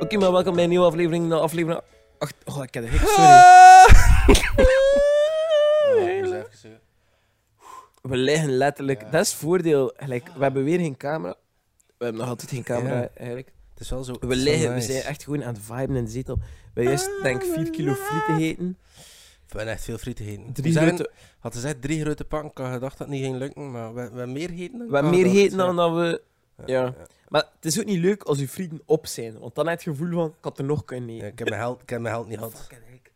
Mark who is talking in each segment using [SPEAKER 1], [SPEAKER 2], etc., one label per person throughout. [SPEAKER 1] Oké, maar welkom bij een nieuwe aflevering. Na aflevering 8. Oh, ik heb de hik, sorry.
[SPEAKER 2] Sorry.
[SPEAKER 1] We liggen letterlijk.
[SPEAKER 2] Ja.
[SPEAKER 1] Dat is het voordeel. Gelijk, we hebben weer geen camera. We hebben nog altijd geen camera,
[SPEAKER 3] Ja.
[SPEAKER 1] eigenlijk.
[SPEAKER 3] Het is wel zo.
[SPEAKER 1] We liggen, we zijn echt gewoon aan het viben in de zetel. We hebben juist, denk ik, 4 kilo frieten gegeten. Dus
[SPEAKER 3] We hebben echt veel friet gegeten.
[SPEAKER 1] Drie
[SPEAKER 3] Ah. Drie zeggen,
[SPEAKER 1] grote-
[SPEAKER 3] Hadden ze echt drie grote pakken, ik had gedacht dat het niet ging lukken, maar we we hebben meer gegeten. dan
[SPEAKER 1] We hebben
[SPEAKER 3] ik
[SPEAKER 1] meer
[SPEAKER 3] had
[SPEAKER 1] gegeten dan
[SPEAKER 3] gedacht.
[SPEAKER 1] dat we... ja.
[SPEAKER 3] ja.
[SPEAKER 1] Maar het is ook niet leuk als je frieten op zijn. Want dan heb je het gevoel van, ik had er nog kunnen
[SPEAKER 3] Ja,
[SPEAKER 1] eten.
[SPEAKER 3] ik, heb mijn geld, ik heb mijn geld niet gehad.
[SPEAKER 1] Fucking hek.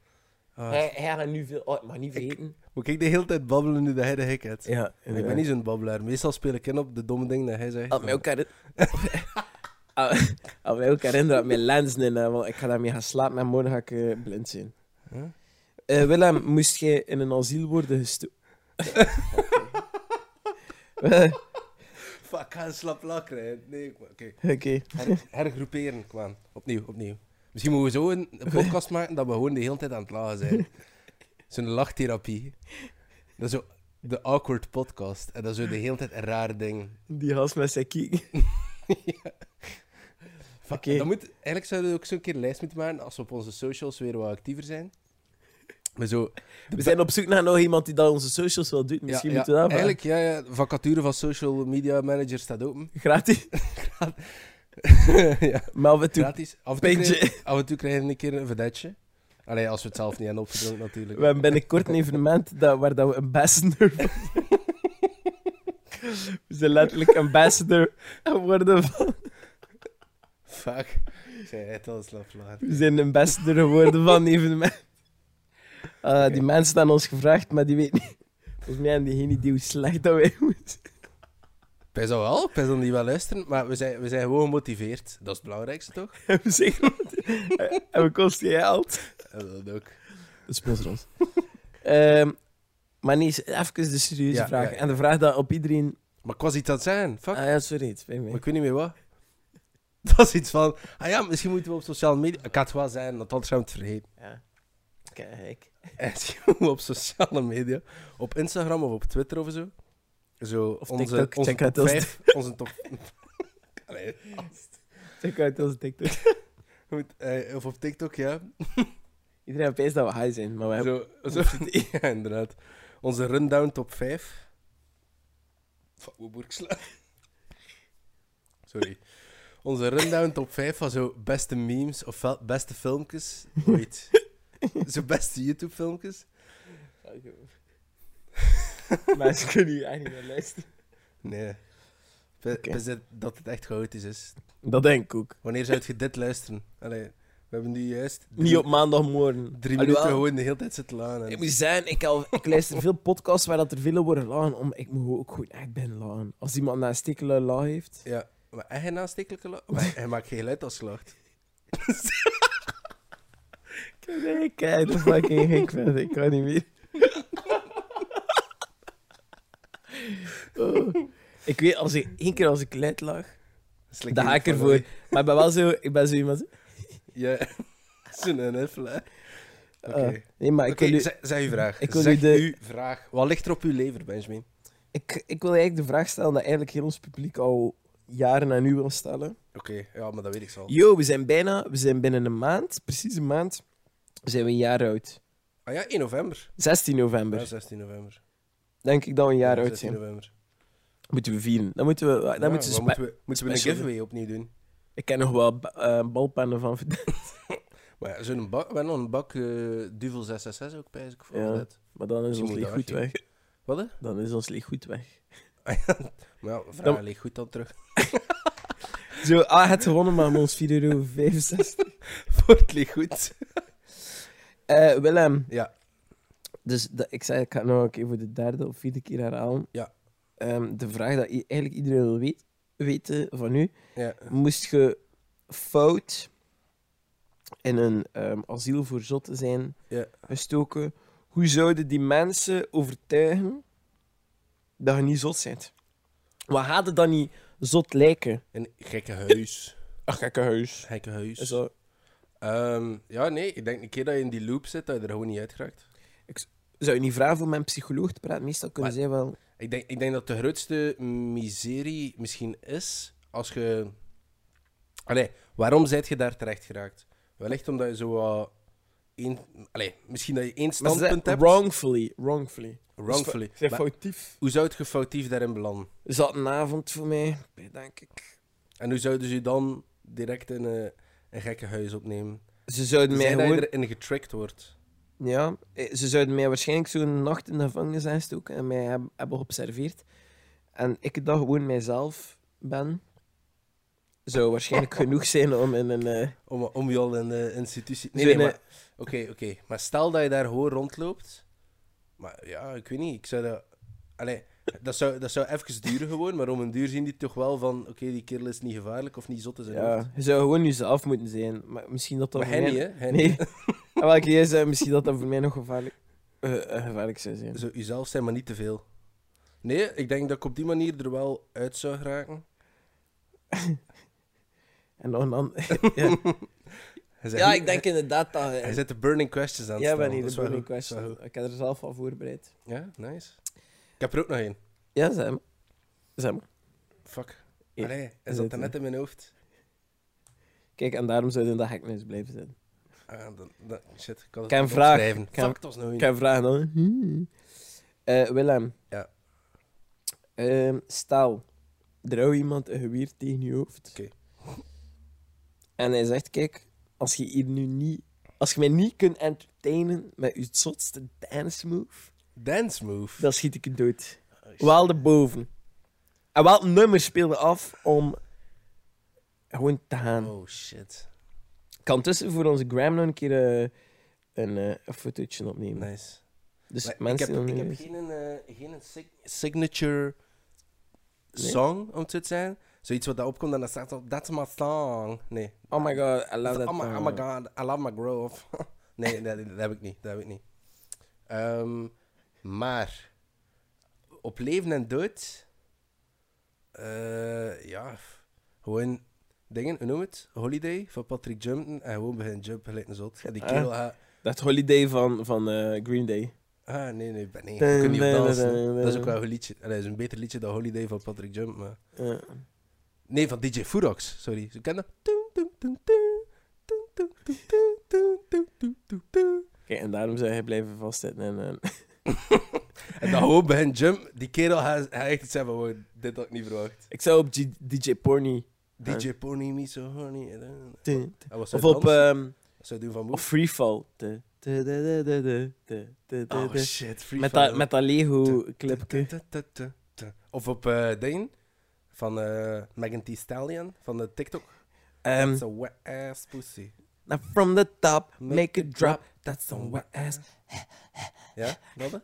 [SPEAKER 3] Ah.
[SPEAKER 1] Hij, hij gaat er nu veel... Oh, ik mag niet
[SPEAKER 3] Ik-
[SPEAKER 1] vergeten.
[SPEAKER 3] Moet ik de hele tijd babbelen nu dat hij de hek hebt?
[SPEAKER 1] Ja,
[SPEAKER 3] En ik ben niet zo'n babbelaar. Meestal speel ik in op de domme dingen dat hij zegt.
[SPEAKER 1] Had mij ook herinnerd. Had mij ook herinnerd dat mijn lenzen in, hè, want ik ga daarmee gaan slapen en morgen ga ik eh, blind zijn.
[SPEAKER 3] Huh?
[SPEAKER 1] Eh, Willem, moest jij in een asiel worden gestoken? Oké.
[SPEAKER 3] Fuck, ik ga een slap lak krijgen. Nee, ik- oké. Her- hergroeperen, kwam. Opnieuw, opnieuw. Misschien moeten we zo een een podcast maken dat we gewoon de hele tijd aan het lachen zijn. Zo'n lachtherapie. Dat is zo de awkward podcast. En dat is zo de hele tijd een raar ding.
[SPEAKER 1] Die gast met zijn kiek.
[SPEAKER 3] Va-
[SPEAKER 1] Oké.
[SPEAKER 3] dat moet, eigenlijk zouden we ook zo'n keer een lijst moeten maken als we op onze socials weer wat actiever zijn. Maar zo...
[SPEAKER 1] We zijn op zoek naar nog iemand die dat onze socials wel doet. Misschien
[SPEAKER 3] ja,
[SPEAKER 1] moeten
[SPEAKER 3] ja,
[SPEAKER 1] we dat maken.
[SPEAKER 3] Eigenlijk, ja, ja. de Vacature van social media manager staat open.
[SPEAKER 1] Gratis.
[SPEAKER 3] ja,
[SPEAKER 1] Maar af en toe,
[SPEAKER 3] gratis. Af en, toe
[SPEAKER 1] Pintje.
[SPEAKER 3] krijgen, af en toe krijgen we een keer een vedetje. Allee, als we het zelf niet hebben opgedronken natuurlijk.
[SPEAKER 1] we hebben binnenkort een evenement dat, waar dat we ambassador van We zijn letterlijk ambassador geworden van...
[SPEAKER 3] Fuck. Ik zei het al slap laat.
[SPEAKER 1] We zijn ambassador geworden van een evenement. Ah, Die mensen hebben ons gevraagd, maar die weten niet. Volgens mij hebben die geen idee hoe slecht dat wij moeten.
[SPEAKER 3] Wij zou wel, wij zullen niet wel luisteren, maar we zijn, we zijn gewoon gemotiveerd. Dat is het belangrijkste, toch?
[SPEAKER 1] zijn. We zijn gewoon- en we kosten geld.
[SPEAKER 3] En dat ook.
[SPEAKER 1] Sponsor ons. Ehm, maar nee, even de serieuze
[SPEAKER 3] Ja,
[SPEAKER 1] vraag.
[SPEAKER 3] ja, ja.
[SPEAKER 1] En de vraag dat op iedereen...
[SPEAKER 3] Maar ik was iets aan het zeggen, fuck.
[SPEAKER 1] Ah ja, sorry, het spijt
[SPEAKER 3] Maar
[SPEAKER 1] me.
[SPEAKER 3] ik weet niet meer wat. Dat is iets van, ah ja, misschien moeten we op sociale media... Ik had het wel zeggen, want anders gaan we het vergeten.
[SPEAKER 1] Ja. Kijk.
[SPEAKER 3] En misschien moeten we op sociale media, op Instagram of op Twitter of zo. Zo,
[SPEAKER 1] Of
[SPEAKER 3] onze,
[SPEAKER 1] TikTok,
[SPEAKER 3] onze
[SPEAKER 1] check uit
[SPEAKER 3] top
[SPEAKER 1] ons-
[SPEAKER 3] 5, onze top... Allee,
[SPEAKER 1] Check uit onze TikTok.
[SPEAKER 3] goed, eh, of op TikTok, ja.
[SPEAKER 1] Iedereen opeens dat we high zijn, maar we hebben...
[SPEAKER 3] Zo, zo, ja, inderdaad. Onze rundown top 5. Fuck, hoe moet ik slaan? Sorry. Onze rundown top 5 van zo beste memes of fel- beste filmpjes ooit. zo beste YouTube filmpjes.
[SPEAKER 1] Mensen kunnen hier eigenlijk niet naar luisteren.
[SPEAKER 3] Nee. P-
[SPEAKER 1] Oké.
[SPEAKER 3] pis het- dat het echt chaotisch is.
[SPEAKER 1] Dat denk ik ook.
[SPEAKER 3] Wanneer zou je dit luisteren? Allee, we hebben nu juist drie,
[SPEAKER 1] Niet op maandagmorgen.
[SPEAKER 3] drie
[SPEAKER 1] Alhoewel-
[SPEAKER 3] minuten gewoon de hele tijd zitten laan.
[SPEAKER 1] Ik moet zijn, ik, al, ik luister veel podcasts waar dat er veel worden lachen. Om, ik moet ook gewoon echt ben lachen. Als iemand naar een stikkele laag heeft.
[SPEAKER 3] Ja, maar echt een aanstekelijke lach. Maar hij maakt geen geluid als je lacht.
[SPEAKER 1] Nee, kijk, dat is fucking gek vind. Ik kan niet meer. Oh. Ik weet, als ik, één keer als ik luid lag,
[SPEAKER 3] Dat is lekker
[SPEAKER 1] dan ga ik
[SPEAKER 3] van,
[SPEAKER 1] ervoor. Maar ik ben wel zo, ik ben zo iemand...
[SPEAKER 3] Ja, zo'n NFL, hè.
[SPEAKER 1] Ah,
[SPEAKER 3] Oké, Oké,
[SPEAKER 1] Nee, maar ik wil, u-
[SPEAKER 3] zeg, zeg uw vraag.
[SPEAKER 1] ik wil
[SPEAKER 3] zeg
[SPEAKER 1] u de-
[SPEAKER 3] uw vraag. Wat ligt er op uw lever, Benjamin?
[SPEAKER 1] ik, ik wil eigenlijk de vraag stellen dat eigenlijk heel ons publiek al jaren aan u wil stellen.
[SPEAKER 3] Oké, ja, maar dat weet ik zo. al.
[SPEAKER 1] Yo, we zijn bijna, we zijn binnen een maand, precies een maand, zijn we een jaar oud.
[SPEAKER 3] Ah ja, 1 november.
[SPEAKER 1] 16
[SPEAKER 3] Ja,
[SPEAKER 1] november.
[SPEAKER 3] 16 november.
[SPEAKER 1] Denk ik dat we een jaar
[SPEAKER 3] Ja,
[SPEAKER 1] oud
[SPEAKER 3] 16
[SPEAKER 1] zijn.
[SPEAKER 3] november.
[SPEAKER 1] Moeten we vieren. Dan moeten we, dan
[SPEAKER 3] Ja,
[SPEAKER 1] moeten we
[SPEAKER 3] wat
[SPEAKER 1] spe-
[SPEAKER 3] moeten we, moeten we een
[SPEAKER 1] special-
[SPEAKER 3] giveaway opnieuw doen?
[SPEAKER 1] Ik ken nog wel ba- eh, balpennen van vandaag,
[SPEAKER 3] Maar ja, zo'n bak, we hebben nog een bak eh, Duvel 666 ook bij, als ik voor
[SPEAKER 1] Ja.
[SPEAKER 3] dat.
[SPEAKER 1] maar dan is
[SPEAKER 3] Misschien
[SPEAKER 1] ons
[SPEAKER 3] moet
[SPEAKER 1] licht
[SPEAKER 3] dat
[SPEAKER 1] goed weg.
[SPEAKER 3] Wat, hè?
[SPEAKER 1] Dan is ons licht goed weg.
[SPEAKER 3] Ah, ja. Maar ja, vraag
[SPEAKER 1] Dan-
[SPEAKER 3] ligt goed dan terug.
[SPEAKER 1] Zo, ah, het gewonnen, maar met ons 4,65 euro.
[SPEAKER 3] Voor het ligt goed.
[SPEAKER 1] Eh, Willem.
[SPEAKER 3] Ja.
[SPEAKER 1] Dus dat, ik zei, ik ga het nog een keer voor de derde of vierde keer herhalen.
[SPEAKER 3] Ja.
[SPEAKER 1] Ehm, de vraag dat i- eigenlijk iedereen wil weet- weten van u.
[SPEAKER 3] Ja.
[SPEAKER 1] Moest je fout in een ehm, asiel voor zotten zijn
[SPEAKER 3] Ja.
[SPEAKER 1] gestoken, hoe zouden die mensen overtuigen dat je niet zot bent? Wat gaat het dan niet zot lijken?
[SPEAKER 3] Een gekke huis.
[SPEAKER 1] Ach, gekke huis.
[SPEAKER 3] Gekke huis.
[SPEAKER 1] Zo,
[SPEAKER 3] Ehm, ja, nee, ik denk een keer dat je in die loop zit, dat je er gewoon niet uit geraakt.
[SPEAKER 1] zou je niet vragen voor mijn psycholoog te praten? Meestal kunnen
[SPEAKER 3] Maar-
[SPEAKER 1] zij wel...
[SPEAKER 3] Ik denk, ik denk dat de grootste miserie misschien is als je. Allee, waarom zijt je daar terecht geraakt? Wellicht omdat je zo wat. één- allee, misschien dat je één
[SPEAKER 1] Maar ze
[SPEAKER 3] standpunt
[SPEAKER 1] zei
[SPEAKER 3] hebt.
[SPEAKER 1] wrongfully. Wrongfully.
[SPEAKER 3] Wrongfully.
[SPEAKER 1] Ze
[SPEAKER 3] Maar
[SPEAKER 1] foutief.
[SPEAKER 3] hoe zou het je foutief daarin belanden?
[SPEAKER 1] Is dat een avond voor mij? Denk ik.
[SPEAKER 3] En hoe zouden ze je dan direct in een, een gekkenhuis opnemen?
[SPEAKER 1] Ze zouden mij
[SPEAKER 3] Zijn dat
[SPEAKER 1] gewoon...
[SPEAKER 3] je erin getrickt wordt.
[SPEAKER 1] Ja, eh, ze zouden mij waarschijnlijk zo'n nacht in de gevangenis hebben gestoken en mij heb- hebben geobserveerd. En ik dat gewoon mijzelf ben, zou waarschijnlijk genoeg zijn om in een... eh,
[SPEAKER 3] Om, om je al in de institutie. Nee,
[SPEAKER 1] Zo'n,
[SPEAKER 3] nee, maar. Oké,
[SPEAKER 1] eh,
[SPEAKER 3] oké. Maar stel dat je daar gewoon rondloopt. Maar ja, ik weet niet. Ik zou dat. Allee, dat zou, dat zou even duren gewoon. Maar om een duur zien die toch wel van. Oké, die kerel is niet gevaarlijk of niet zot is.
[SPEAKER 1] ja, je zou gewoon jezelf moeten zijn. Maar misschien dat dat
[SPEAKER 3] Maar hij
[SPEAKER 1] voor mij...
[SPEAKER 3] niet, hè? Hij
[SPEAKER 1] Nee.
[SPEAKER 3] niet.
[SPEAKER 1] En welke jij zei, misschien dat dat voor mij nog gevaarlijk, eh, eh, gevaarlijk zou zijn.
[SPEAKER 3] Zo, jezelf zijn, maar niet te veel. Nee, ik denk dat ik op die manier er wel uit zou geraken.
[SPEAKER 1] En dan... dan
[SPEAKER 3] Hij zei-
[SPEAKER 1] ja, ik denk inderdaad dat...
[SPEAKER 3] Hij zet de burning questions aan het
[SPEAKER 1] Jij
[SPEAKER 3] stellen.
[SPEAKER 1] bent hier
[SPEAKER 3] Dat
[SPEAKER 1] de
[SPEAKER 3] is wel
[SPEAKER 1] burning
[SPEAKER 3] goed, dat is wel
[SPEAKER 1] question. Ik heb er zelf al voorbereid.
[SPEAKER 3] goed. Ja, nice. Ik heb er ook nog één.
[SPEAKER 1] Ja, zeg maar. Zeg maar.
[SPEAKER 3] Fuck.
[SPEAKER 1] Ja,
[SPEAKER 3] Allee, hij
[SPEAKER 1] dat
[SPEAKER 3] zat
[SPEAKER 1] is
[SPEAKER 3] daarnet in mijn hoofd.
[SPEAKER 1] Kijk, en daarom zou je in dat heknis blijven zitten.
[SPEAKER 3] Ah, dan, dan, shit, ik had het
[SPEAKER 1] Kan
[SPEAKER 3] niet
[SPEAKER 1] vraag.
[SPEAKER 3] opschrijven.
[SPEAKER 1] Kan-
[SPEAKER 3] Fuck, het was nog één.
[SPEAKER 1] Ik ga vragen dan. Hmm. Eh, Willem.
[SPEAKER 3] Ja.
[SPEAKER 1] Ehm, stel, er houdt iemand een geweer tegen je hoofd.
[SPEAKER 3] Oké.
[SPEAKER 1] En hij zegt, kijk, als je hier nu niet... Als je mij niet kunt entertainen met je zotste dance move,
[SPEAKER 3] Dance move.
[SPEAKER 1] dan schiet ik je dood.
[SPEAKER 3] Oh, shit.
[SPEAKER 1] Wel de boven. En welk nummer speelde af om gewoon te gaan?
[SPEAKER 3] Oh shit.
[SPEAKER 1] Ik kan tussen voor onze gram nog een keer eh, een, eh, een fotootje opnemen.
[SPEAKER 3] Nice.
[SPEAKER 1] Dus
[SPEAKER 3] Maar ik
[SPEAKER 1] mensen
[SPEAKER 3] heb, ik
[SPEAKER 1] die nog
[SPEAKER 3] heb
[SPEAKER 1] niet-
[SPEAKER 3] geen, eh, geen sig- signature
[SPEAKER 1] Nee?
[SPEAKER 3] song, om het zo te zijn. Zoiets wat daar opkomt en dan staat op, that's my song. Nee.
[SPEAKER 1] Oh my god, I love that.
[SPEAKER 3] oh, my, oh
[SPEAKER 1] song.
[SPEAKER 3] my god, I love my grove. nee, dat, dat heb ik niet. Dat heb ik niet. Ehm, maar op leven en dood, eh, ja, f- gewoon dingen, hoe noem het? Holiday van Patrick Jumpton en gewoon beginnen jumpen gelijk een zot. En die
[SPEAKER 1] Ah.
[SPEAKER 3] kerel gaat,
[SPEAKER 1] Dat holiday van, van eh, Green Day.
[SPEAKER 3] ah nee, nee, ben nee, ik kan niet op dansen. Dat is ook wel een goed liedje. Allee, Dat is een beter liedje dan Holiday van Patrick Jumpton. Maar...
[SPEAKER 1] Ja.
[SPEAKER 3] Nee, van DJ Furox, sorry. Ze kennen dat? Toem, toem, toem, toem. Toem, toem, toem, toem, toem, toem, toem, toem, toem.
[SPEAKER 1] Kijk, en daarom zou hij blijven vastzitten. En, eh,
[SPEAKER 3] En dan hoop bij een jump, die kerel, hij, hij echt iets hebben, wow, dit had ik niet verwacht.
[SPEAKER 1] ik zou op G- DJ Porny.
[SPEAKER 3] DJ Pony, me so horny. en dan-
[SPEAKER 1] Te- te-
[SPEAKER 3] Hij was
[SPEAKER 1] Of
[SPEAKER 3] zo
[SPEAKER 1] op
[SPEAKER 3] dans,
[SPEAKER 1] ehm,
[SPEAKER 3] zo doen van
[SPEAKER 1] of
[SPEAKER 3] move.
[SPEAKER 1] Freefall. Te- te- te- te- te- te- te- te-
[SPEAKER 3] Oh
[SPEAKER 1] te-
[SPEAKER 3] shit, free
[SPEAKER 1] eh, Met
[SPEAKER 3] fall.
[SPEAKER 1] dat, met dat Lego-clipje.
[SPEAKER 3] Tu, tu, tu, tu, tu. Of op eh Dane, van eh Megan Thee Stallion, van de TikTok.
[SPEAKER 1] Ehm,
[SPEAKER 3] That's a wet ass pussy.
[SPEAKER 1] now from the top, make it drop. That's
[SPEAKER 3] some
[SPEAKER 1] some wet ass.
[SPEAKER 3] Ja, dat hè?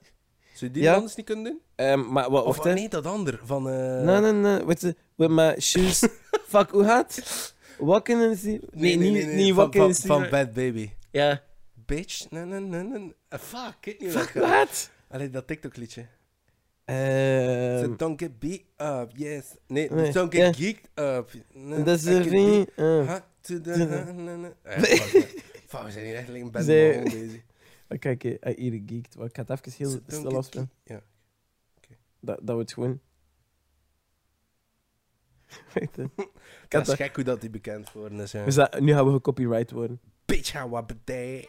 [SPEAKER 3] Zou je die
[SPEAKER 1] Ja.
[SPEAKER 3] anders niet kunnen doen?
[SPEAKER 1] Ehm, maar wat,
[SPEAKER 3] Of
[SPEAKER 1] wacht
[SPEAKER 3] ah,
[SPEAKER 1] hè.
[SPEAKER 3] nee, dat ander, van... eh
[SPEAKER 1] Nee, nee, nee. With, the- with my shoes. Fuck, hoe gaat het? Walking in the sea. Nee, niet- niet
[SPEAKER 3] van,
[SPEAKER 1] walking in
[SPEAKER 3] van,
[SPEAKER 1] the sea.
[SPEAKER 3] van
[SPEAKER 1] maar-
[SPEAKER 3] Bad Baby.
[SPEAKER 1] Ja.
[SPEAKER 3] Bitch, nee, nee, nee, nee. Ah, Fuck, ik weet niet
[SPEAKER 1] Fuck,
[SPEAKER 3] welke.
[SPEAKER 1] hoe gaat het?
[SPEAKER 3] Allee, dat TikTok-liedje.
[SPEAKER 1] Ehm,
[SPEAKER 3] So don't get beat up, yes. Nee,
[SPEAKER 1] nee,
[SPEAKER 3] don't
[SPEAKER 1] ja.
[SPEAKER 3] get geeked up. Nee,
[SPEAKER 1] Dat is
[SPEAKER 3] I
[SPEAKER 1] een
[SPEAKER 3] can
[SPEAKER 1] ring.
[SPEAKER 3] be
[SPEAKER 1] eh.
[SPEAKER 3] hot to the-
[SPEAKER 1] Nee.
[SPEAKER 3] na- na- na- Eh, fuck, man. Fuck, we zijn hier echt een bad
[SPEAKER 1] Zij-
[SPEAKER 3] man bezig.
[SPEAKER 1] Maar Kijk, eh, eh, hier geekt. Maar ik ga het even heel
[SPEAKER 3] So don't
[SPEAKER 1] stil
[SPEAKER 3] get
[SPEAKER 1] afspelen.
[SPEAKER 3] geeked- Ja.
[SPEAKER 1] Dat, dat we het gewoon... Wacht, eh.
[SPEAKER 3] Dat is
[SPEAKER 1] dat-
[SPEAKER 3] gek hoe dat die bekend geworden is. Ja.
[SPEAKER 1] We za- nu gaan we gecopyright worden.
[SPEAKER 3] Bitch, how I day.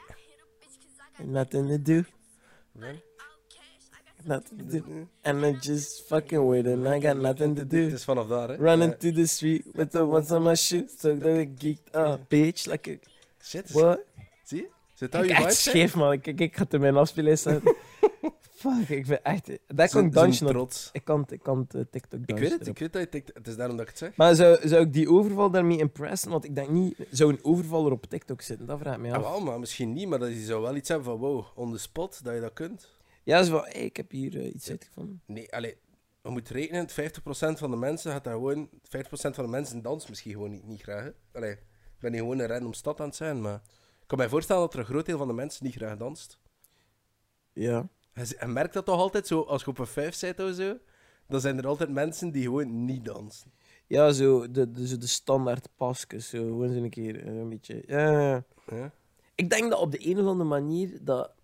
[SPEAKER 1] Nothing to do, nothing to do. And I'm just fucking with it, and I got nothing to
[SPEAKER 3] Dit
[SPEAKER 1] do.
[SPEAKER 3] is vanaf daar, hè?
[SPEAKER 1] Running
[SPEAKER 3] Ja.
[SPEAKER 1] to the street with the ones on my shoes, so that we geeked up, bitch. Like a...
[SPEAKER 3] Shit, is-
[SPEAKER 1] What?
[SPEAKER 3] zie je? Zit dat
[SPEAKER 1] Kijk,
[SPEAKER 3] je
[SPEAKER 1] echt
[SPEAKER 3] vibes? hè?
[SPEAKER 1] scheef, man. Ik, ik, ik ga het in mijn afspeellijst zetten. Fuck, ik vind echt... Daar
[SPEAKER 3] Zo'n-
[SPEAKER 1] kan
[SPEAKER 3] zo'n
[SPEAKER 1] ik dansen op.
[SPEAKER 3] dus trots.
[SPEAKER 1] Ik kan, ik kan het, eh, TikTok
[SPEAKER 3] Ik
[SPEAKER 1] dansen
[SPEAKER 3] weet het,
[SPEAKER 1] erop.
[SPEAKER 3] ik weet dat je TikTok... Het is daarom dat ik het zeg.
[SPEAKER 1] Maar zou, zou ik die overval daarmee impressen? Want ik denk niet, zou een overvaller op TikTok zitten? Dat vraag ik me
[SPEAKER 3] Ja,
[SPEAKER 1] af.
[SPEAKER 3] wel, maar misschien niet, maar dat je zou wel iets hebben van wow, on the spot, dat je dat kunt.
[SPEAKER 1] Ja, zo van, hey, ik heb hier eh, iets uitgevonden.
[SPEAKER 3] Nee, allee, je moet rekenen, 50% van de mensen gaat daar gewoon... 50% van de mensen dansen misschien gewoon niet, niet graag. hè. Allee, ik ben hier gewoon een random stad aan het zijn, maar... Ik kan mij voorstellen dat er een groot deel van de mensen niet graag danst.
[SPEAKER 1] Ja.
[SPEAKER 3] Je z- je merkt dat toch altijd zo, als je op een vijf zit of zo, dan zijn er altijd mensen die gewoon niet dansen.
[SPEAKER 1] Ja, zo de, de, zo de standaard pasjes. Zo, gewoon zo een keer eh, een beetje. Ja, ja, ja.
[SPEAKER 3] Ja?
[SPEAKER 1] Ik denk dat op de een of andere manier dat eh,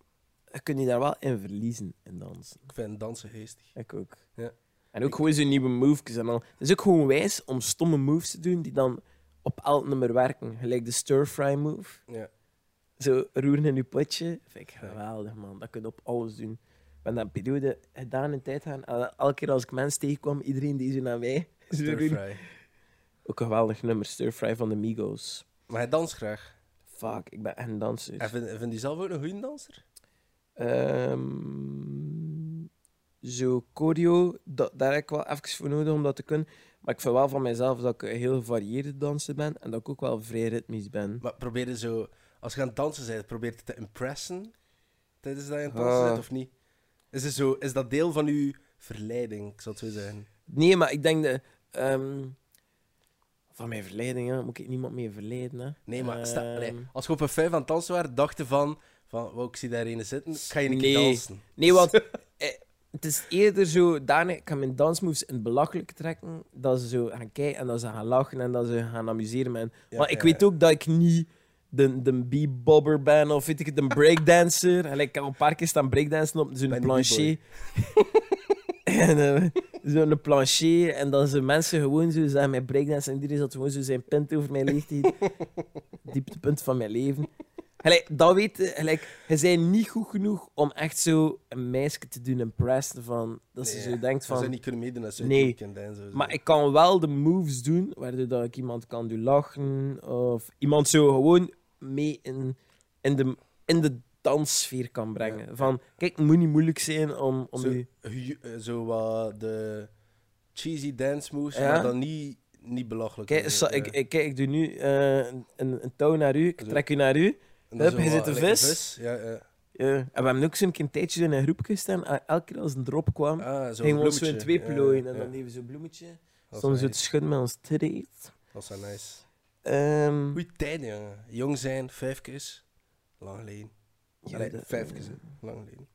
[SPEAKER 1] je kunt je daar wel in verliezen in dansen.
[SPEAKER 3] Ik vind dansen geestig.
[SPEAKER 1] Ik ook.
[SPEAKER 3] Ja.
[SPEAKER 1] En ook gewoon zijn nieuwe moves. En dan, het is ook gewoon wijs om stomme moves te doen die dan op elk nummer werken. Gelijk de stir-fry move.
[SPEAKER 3] Ja.
[SPEAKER 1] Zo roeren in je potje. Vind ik geweldig, man. Dat kun je op alles doen. Ik ben dat een periode gedaan in tijd gaan. El- Elke keer als ik mensen tegenkwam, iedereen die zo naar mij. zo roeren.
[SPEAKER 3] Stir-fry.
[SPEAKER 1] Ook een geweldig nummer, stir-fry van de Migos.
[SPEAKER 3] Maar hij danst graag.
[SPEAKER 1] Fuck, ik ben echt een danser.
[SPEAKER 3] En vind, vind je zelf ook een goede danser?
[SPEAKER 1] Ehm, zo, choreo, da- daar heb ik wel even voor nodig om dat te kunnen. Maar ik vind wel van mezelf dat ik een heel gevarieerde danser ben en dat ik ook wel vrij ritmisch ben.
[SPEAKER 3] Maar probeer je zo... Als je aan het dansen bent, probeer je te impressen tijdens dat je aan het dansen bent,
[SPEAKER 1] Ah.
[SPEAKER 3] of niet? Is, het zo, is dat deel van je verleiding, ik zou het zo zeggen?
[SPEAKER 1] Nee, maar ik denk dat... ehm, van mijn verleiding, hè. moet ik niemand meer verleiden. Hè.
[SPEAKER 3] Nee, maar sta,
[SPEAKER 1] Ehm,
[SPEAKER 3] allee, als je op een vijf aan het dansen was, dacht je van... van wow, ik zie daar een zitten, ik ga je een keer
[SPEAKER 1] Nee.
[SPEAKER 3] dansen.
[SPEAKER 1] Nee, want eh, het is eerder zo, daarna ik ga mijn dansmoves in het belachelijk trekken, dat ze zo gaan kijken en dat ze gaan lachen en dat ze gaan amuseren. met.
[SPEAKER 3] Ja,
[SPEAKER 1] maar ik
[SPEAKER 3] ja,
[SPEAKER 1] weet
[SPEAKER 3] ja.
[SPEAKER 1] ook dat ik niet de, de bebobber ben of weet ik het, een breakdancer. en ik kan een paar keer staan breakdansen op zo'n
[SPEAKER 3] Ben de
[SPEAKER 1] plancher. en eh, zo'n plancher en dan ze mensen gewoon zo zijn met breakdansen en iedereen zat gewoon zo zijn pint over mijn leeftijd. Dieptepunt van mijn leven. Gelijk, dat weet je, gelijk, je bent niet goed genoeg om echt zo een meisje te doen impressen van, dat ze
[SPEAKER 3] Nee,
[SPEAKER 1] zo denkt
[SPEAKER 3] Ze
[SPEAKER 1] van...
[SPEAKER 3] zou niet kunnen meedoen als ze
[SPEAKER 1] Nee.
[SPEAKER 3] niet kunnen dansen. zo.
[SPEAKER 1] Maar ik kan wel de moves doen, waardoor dat ik iemand kan doen lachen, of iemand zo gewoon mee in, in, de, in de danssfeer kan brengen.
[SPEAKER 3] Ja.
[SPEAKER 1] Van, kijk, het moet niet moeilijk zijn om, om
[SPEAKER 3] zo,
[SPEAKER 1] je...
[SPEAKER 3] hu- eh, zo wat de cheesy dance moves,
[SPEAKER 1] Ja.
[SPEAKER 3] maar dan niet, niet belachelijk.
[SPEAKER 1] Kijk,
[SPEAKER 3] Zo,
[SPEAKER 1] sa-
[SPEAKER 3] ja.
[SPEAKER 1] ik, ik, kijk, ik doe nu eh, een, een touw naar u, ik
[SPEAKER 3] Zo.
[SPEAKER 1] trek u naar u.
[SPEAKER 3] En
[SPEAKER 1] hup,
[SPEAKER 3] zo
[SPEAKER 1] je
[SPEAKER 3] wat
[SPEAKER 1] zit een
[SPEAKER 3] lekker
[SPEAKER 1] vis.
[SPEAKER 3] Ja, ja.
[SPEAKER 1] Ja. En we hebben ook zo'n keer een tijdje in een groep gestaan, en elke keer als een drop kwam,
[SPEAKER 3] Ah, zo
[SPEAKER 1] gingen we ons zo in twee plooien. en
[SPEAKER 3] ja.
[SPEAKER 1] dan deden we zo'n bloemetje.
[SPEAKER 3] Dat
[SPEAKER 1] Soms
[SPEAKER 3] is
[SPEAKER 1] het schudden met ons treed.
[SPEAKER 3] Dat zijn nice.
[SPEAKER 1] Ehm
[SPEAKER 3] Goeie tijden, jongen. Jong zijn, vijf keer. Lang geleden.
[SPEAKER 1] ja,
[SPEAKER 3] Allee,
[SPEAKER 1] dat-
[SPEAKER 3] vijf keer, hè. lang geleden.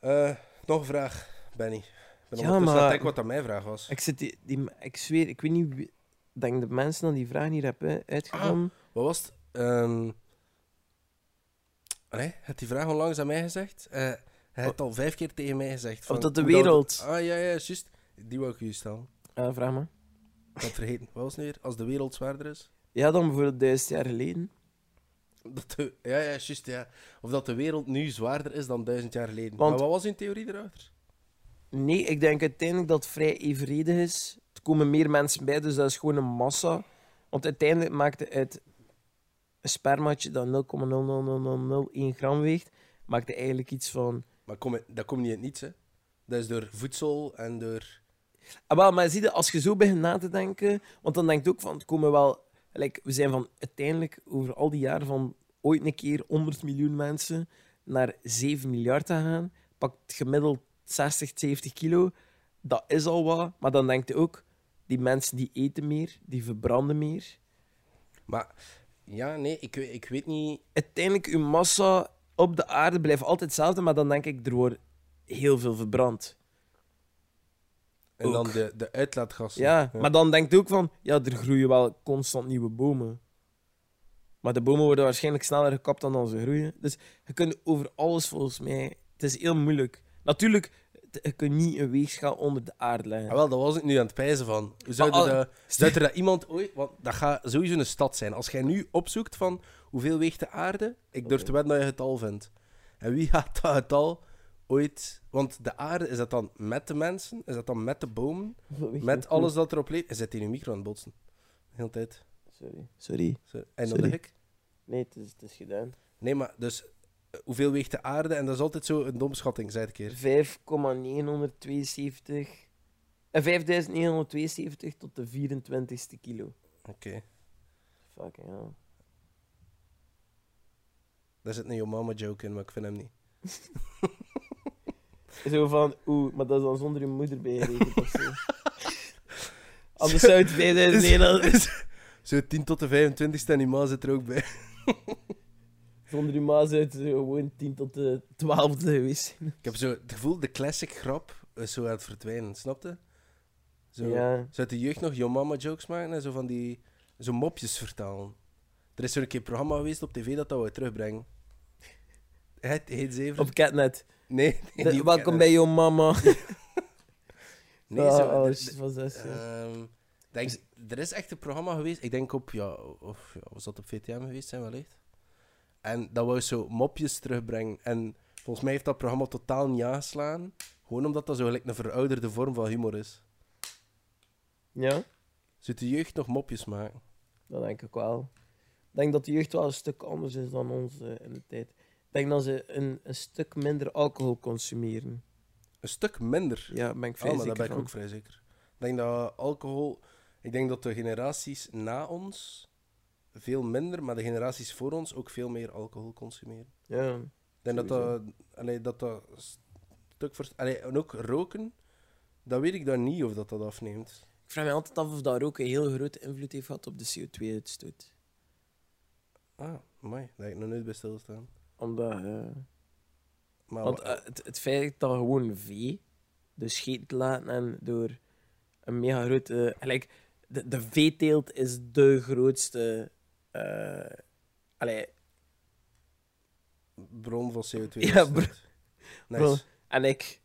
[SPEAKER 3] Eh, nog een vraag, Benny. Ik ben
[SPEAKER 1] Ja,
[SPEAKER 3] ondertussen aan
[SPEAKER 1] maar-
[SPEAKER 3] het denken wat dat mijn vraag was.
[SPEAKER 1] Ik, zit die, die, ik zweer, ik weet niet. wie- Ik denk de mensen die die vraag hier hebben uitgenomen.
[SPEAKER 3] Wat was het? Ehm Allee, je hebt die vraag onlangs aan mij gezegd. Eh hij heeft al vijf keer tegen mij gezegd. van,
[SPEAKER 1] Oh. dat de
[SPEAKER 3] hoe we-
[SPEAKER 1] wereld-
[SPEAKER 3] Ah, ja, ja, juist. Die wou ik u stellen.
[SPEAKER 1] Ah, vraag maar.
[SPEAKER 3] Ik had vergeten. Wat was het nu weer? Als de wereld zwaarder is?
[SPEAKER 1] Ja, dan bijvoorbeeld duizend jaar geleden.
[SPEAKER 3] Dat de- Ja, ja, juist, ja. Of dat de wereld nu zwaarder is dan duizend jaar geleden.
[SPEAKER 1] Want-
[SPEAKER 3] Maar wat was uw theorie erachter?
[SPEAKER 1] Nee, ik denk uiteindelijk dat het vrij evenredig is. Er komen meer mensen bij, dus dat is gewoon een massa. Want uiteindelijk maakt het uit een spermaatje dat 0,00001 gram weegt, maakt het eigenlijk iets van
[SPEAKER 3] Maar kom, dat komt niet in het niets, hè. Dat is door voedsel en door...
[SPEAKER 1] Ah, wel, maar zie je, als je zo begint na te denken, want dan denk je ook van, het komen wel, like, we zijn van uiteindelijk over al die jaren van ooit een keer 100 miljoen mensen naar 7 miljard te gaan, pakt gemiddeld 60, 70 kilo, dat is al wat, maar dan denk je ook, die mensen die eten meer, die verbranden meer.
[SPEAKER 3] Maar ja, nee, ik, weet- ik weet niet...
[SPEAKER 1] Uiteindelijk, je massa op de aarde blijft altijd hetzelfde, maar dan denk ik, er wordt heel veel verbrand.
[SPEAKER 3] En dan
[SPEAKER 1] Ook.
[SPEAKER 3] de, de uitlaatgassen.
[SPEAKER 1] Ja, maar dan denk je ook van, ja, er groeien wel constant nieuwe bomen. Maar de bomen worden waarschijnlijk sneller gekapt dan dat ze groeien. Dus je kunt over alles volgens mij. Het is heel moeilijk. Natuurlijk, t- je kunt niet een weegschaal onder de aarde leggen.
[SPEAKER 3] Ah, wel, dat was ik nu aan het pijzen van. Hoe Zou
[SPEAKER 1] Maar
[SPEAKER 3] er,
[SPEAKER 1] al-
[SPEAKER 3] dat- zou er dat iemand ooit... Want dat gaat sowieso een stad zijn. Als jij nu opzoekt van hoeveel weegt de aarde, ik durf te wedden dat je het al vindt. En wie gaat dat getal ooit... Want de aarde, is dat dan met de mensen? Is dat dan met de bomen? Met alles dat erop leeft? Je zit hier een micro aan het botsen. De hele tijd.
[SPEAKER 1] Sorry. Sorry.
[SPEAKER 3] Zo, En dan
[SPEAKER 1] Sorry.
[SPEAKER 3] de hek.
[SPEAKER 1] Nee, het is, het is gedaan.
[SPEAKER 3] Nee, maar dus eh, hoeveel weegt de aarde? En dat is altijd zo een domschatting, zei ik een keer.
[SPEAKER 1] 5,972... eh, 5.972 tot de 24ste kilo.
[SPEAKER 3] Oké.
[SPEAKER 1] Fucking hell.
[SPEAKER 3] Daar zit een Yo Mama joke in, maar ik vind hem niet.
[SPEAKER 1] Zo van, oeh, maar dat is dan zonder je moeder bijgerekend of zo. Anders zou het 5900
[SPEAKER 3] Zo 10 tot de 25ste en die ma zit er ook bij.
[SPEAKER 1] Zonder je ma zou het zo gewoon 10 tot de 12e geweest zijn.
[SPEAKER 3] Ik heb zo het gevoel, de classic grap is zo aan het verdwijnen, snapte? Zo,
[SPEAKER 1] Ja.
[SPEAKER 3] Zou de jeugd nog Yo Mama jokes maken en zo van die zo mopjes vertalen? Er is zo'n keer een programma geweest op tv dat dat we terugbrengen. Het heet zeven.
[SPEAKER 1] Op Catnet.
[SPEAKER 3] Nee, nee,
[SPEAKER 1] De-
[SPEAKER 3] niet op
[SPEAKER 1] welkom
[SPEAKER 3] Catnet.
[SPEAKER 1] bij jouw mama.
[SPEAKER 3] Nee,
[SPEAKER 1] Ah,
[SPEAKER 3] zo,
[SPEAKER 1] oh,
[SPEAKER 3] d-
[SPEAKER 1] shit, was dat zo.
[SPEAKER 3] Ehm, denk, er is echt een programma geweest, ik denk op, ja, of ja, was dat op VTM geweest zijn wellicht? En dat wou zo mopjes terugbrengen. En volgens mij heeft dat programma totaal niet aanslaan, gewoon omdat dat zo gelijk een verouderde vorm van humor is.
[SPEAKER 1] Ja,
[SPEAKER 3] Zit de jeugd nog mopjes maken?
[SPEAKER 1] dat denk ik wel. Ik denk dat de jeugd wel een stuk anders is dan ons eh, in de tijd. Ik denk dat ze een, een stuk minder alcohol consumeren.
[SPEAKER 3] Een stuk minder.
[SPEAKER 1] Ja, daar ben ik
[SPEAKER 3] Ah,
[SPEAKER 1] vrij
[SPEAKER 3] maar daar
[SPEAKER 1] zeker
[SPEAKER 3] ben ik
[SPEAKER 1] van.
[SPEAKER 3] ook vrij zeker. Ik denk dat alcohol... Ik denk dat de generaties na ons veel minder, maar de generaties voor ons ook veel meer alcohol consumeren.
[SPEAKER 1] Ja.
[SPEAKER 3] Ik denk dat dat,
[SPEAKER 1] Sowieso.
[SPEAKER 3] allee, dat dat stuk voor... Allee, en ook roken, dat weet ik dan niet of dat dat afneemt.
[SPEAKER 1] Ik vraag me altijd af of dat ook een heel grote invloed heeft gehad op de CO2-uitstoot.
[SPEAKER 3] Ah, mooi. Daar heb ik nog nooit bij stilstaan.
[SPEAKER 1] Omdat, eh,
[SPEAKER 3] Maar
[SPEAKER 1] want
[SPEAKER 3] wa-
[SPEAKER 1] eh, het, het feit dat gewoon vee dus scheet laten en door een mega grote... gelijk, de, de veeteelt is de grootste... eh allee,
[SPEAKER 3] bron van CO2.
[SPEAKER 1] Ja,
[SPEAKER 3] is dat.
[SPEAKER 1] bro-
[SPEAKER 3] Nice.
[SPEAKER 1] bro- en ik...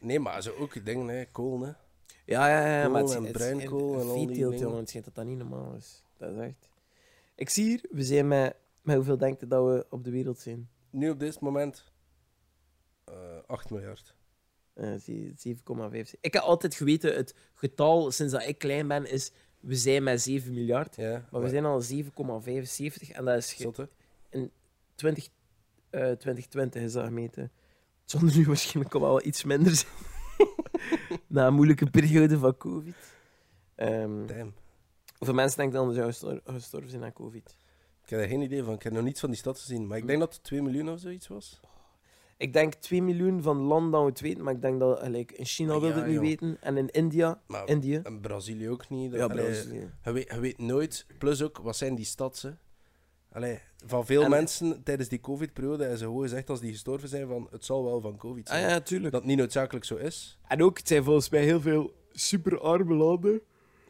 [SPEAKER 3] Nee, maar zo ook dingen, hè. Kool, hè.
[SPEAKER 1] Ja, ja, ja. Maar het,
[SPEAKER 3] Kool en
[SPEAKER 1] het-
[SPEAKER 3] bruinkool
[SPEAKER 1] het-
[SPEAKER 3] en al die
[SPEAKER 1] veeteelt,
[SPEAKER 3] dingen.
[SPEAKER 1] jongen, het schijnt dat dat niet normaal is. Dat is echt... Ik zie hier, we zijn met... Met hoeveel denkt u dat we op de wereld zijn?
[SPEAKER 3] Nu op dit moment... eh 8 miljard.
[SPEAKER 1] Eh, zie- 7,5. Ik heb altijd geweten, het getal sinds dat ik klein ben is, we zijn met 7 miljard.
[SPEAKER 3] Ja,
[SPEAKER 1] Maar we zijn al 7,75 en dat is ge-
[SPEAKER 3] Zot, hè?
[SPEAKER 1] 20, eh, 2020 is dat gemeten. Het zal er nu waarschijnlijk ook wel iets minder zijn. Na een moeilijke periode van COVID. Ehm,
[SPEAKER 3] Damn.
[SPEAKER 1] hoeveel mensen denk je dan dat zou gestor- gestorven zijn aan COVID?
[SPEAKER 3] Ik heb daar geen idee van. Ik heb nog niets van die stad gezien.
[SPEAKER 1] Hm.
[SPEAKER 3] Maar ik denk dat het 2 miljoen of zoiets was.
[SPEAKER 1] Ik denk 2 miljoen van landen dat we het weten, maar ik denk dat gelijk, in China
[SPEAKER 3] Ah,
[SPEAKER 1] wil
[SPEAKER 3] ja,
[SPEAKER 1] het niet
[SPEAKER 3] joh.
[SPEAKER 1] weten en in India.
[SPEAKER 3] Maar
[SPEAKER 1] India.
[SPEAKER 3] en Brazilië ook niet.
[SPEAKER 1] Ah. Ja,
[SPEAKER 3] Allee,
[SPEAKER 1] Brazilië.
[SPEAKER 3] Je weet, je weet nooit. Plus ook, wat zijn die stadsen? Allee, van veel
[SPEAKER 1] En-
[SPEAKER 3] mensen tijdens die covid-periode is er gewoon gezegd als die gestorven zijn van het zal wel van covid
[SPEAKER 1] Ah
[SPEAKER 3] zijn.
[SPEAKER 1] ja, tuurlijk.
[SPEAKER 3] Dat niet noodzakelijk zo is.
[SPEAKER 1] En ook, het zijn volgens mij heel veel superarme landen.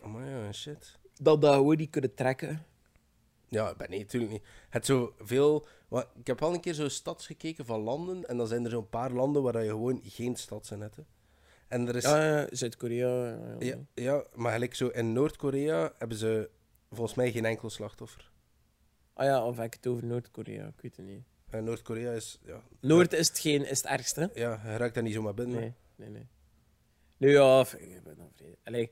[SPEAKER 3] Maar ja, oh, shit.
[SPEAKER 1] Dat dat gewoon niet kunnen trekken.
[SPEAKER 3] Ja, ben nee, natuurlijk niet. Het zo veel... wa- ik heb al een keer zo'n stads gekeken van landen en dan zijn er zo'n paar landen waar je gewoon geen stads in hebt. hè. En er is...
[SPEAKER 1] Ja, ja, Zuid-Korea. Ah, Ja, ja.
[SPEAKER 3] Ja, ja, maar gelijk zo in Noord-Korea hebben ze volgens mij geen enkel slachtoffer.
[SPEAKER 1] Ah ja, of heb ik het over Noord-Korea? Ik weet het niet.
[SPEAKER 3] En Eh, Noord-Korea is... Ja,
[SPEAKER 1] Noord is het, geen, is het ergste. hè?
[SPEAKER 3] ja, je raakt daar niet zomaar binnen.
[SPEAKER 1] Nee, nee, nee. Nu ja, f- ik ben dan vrede. Allee,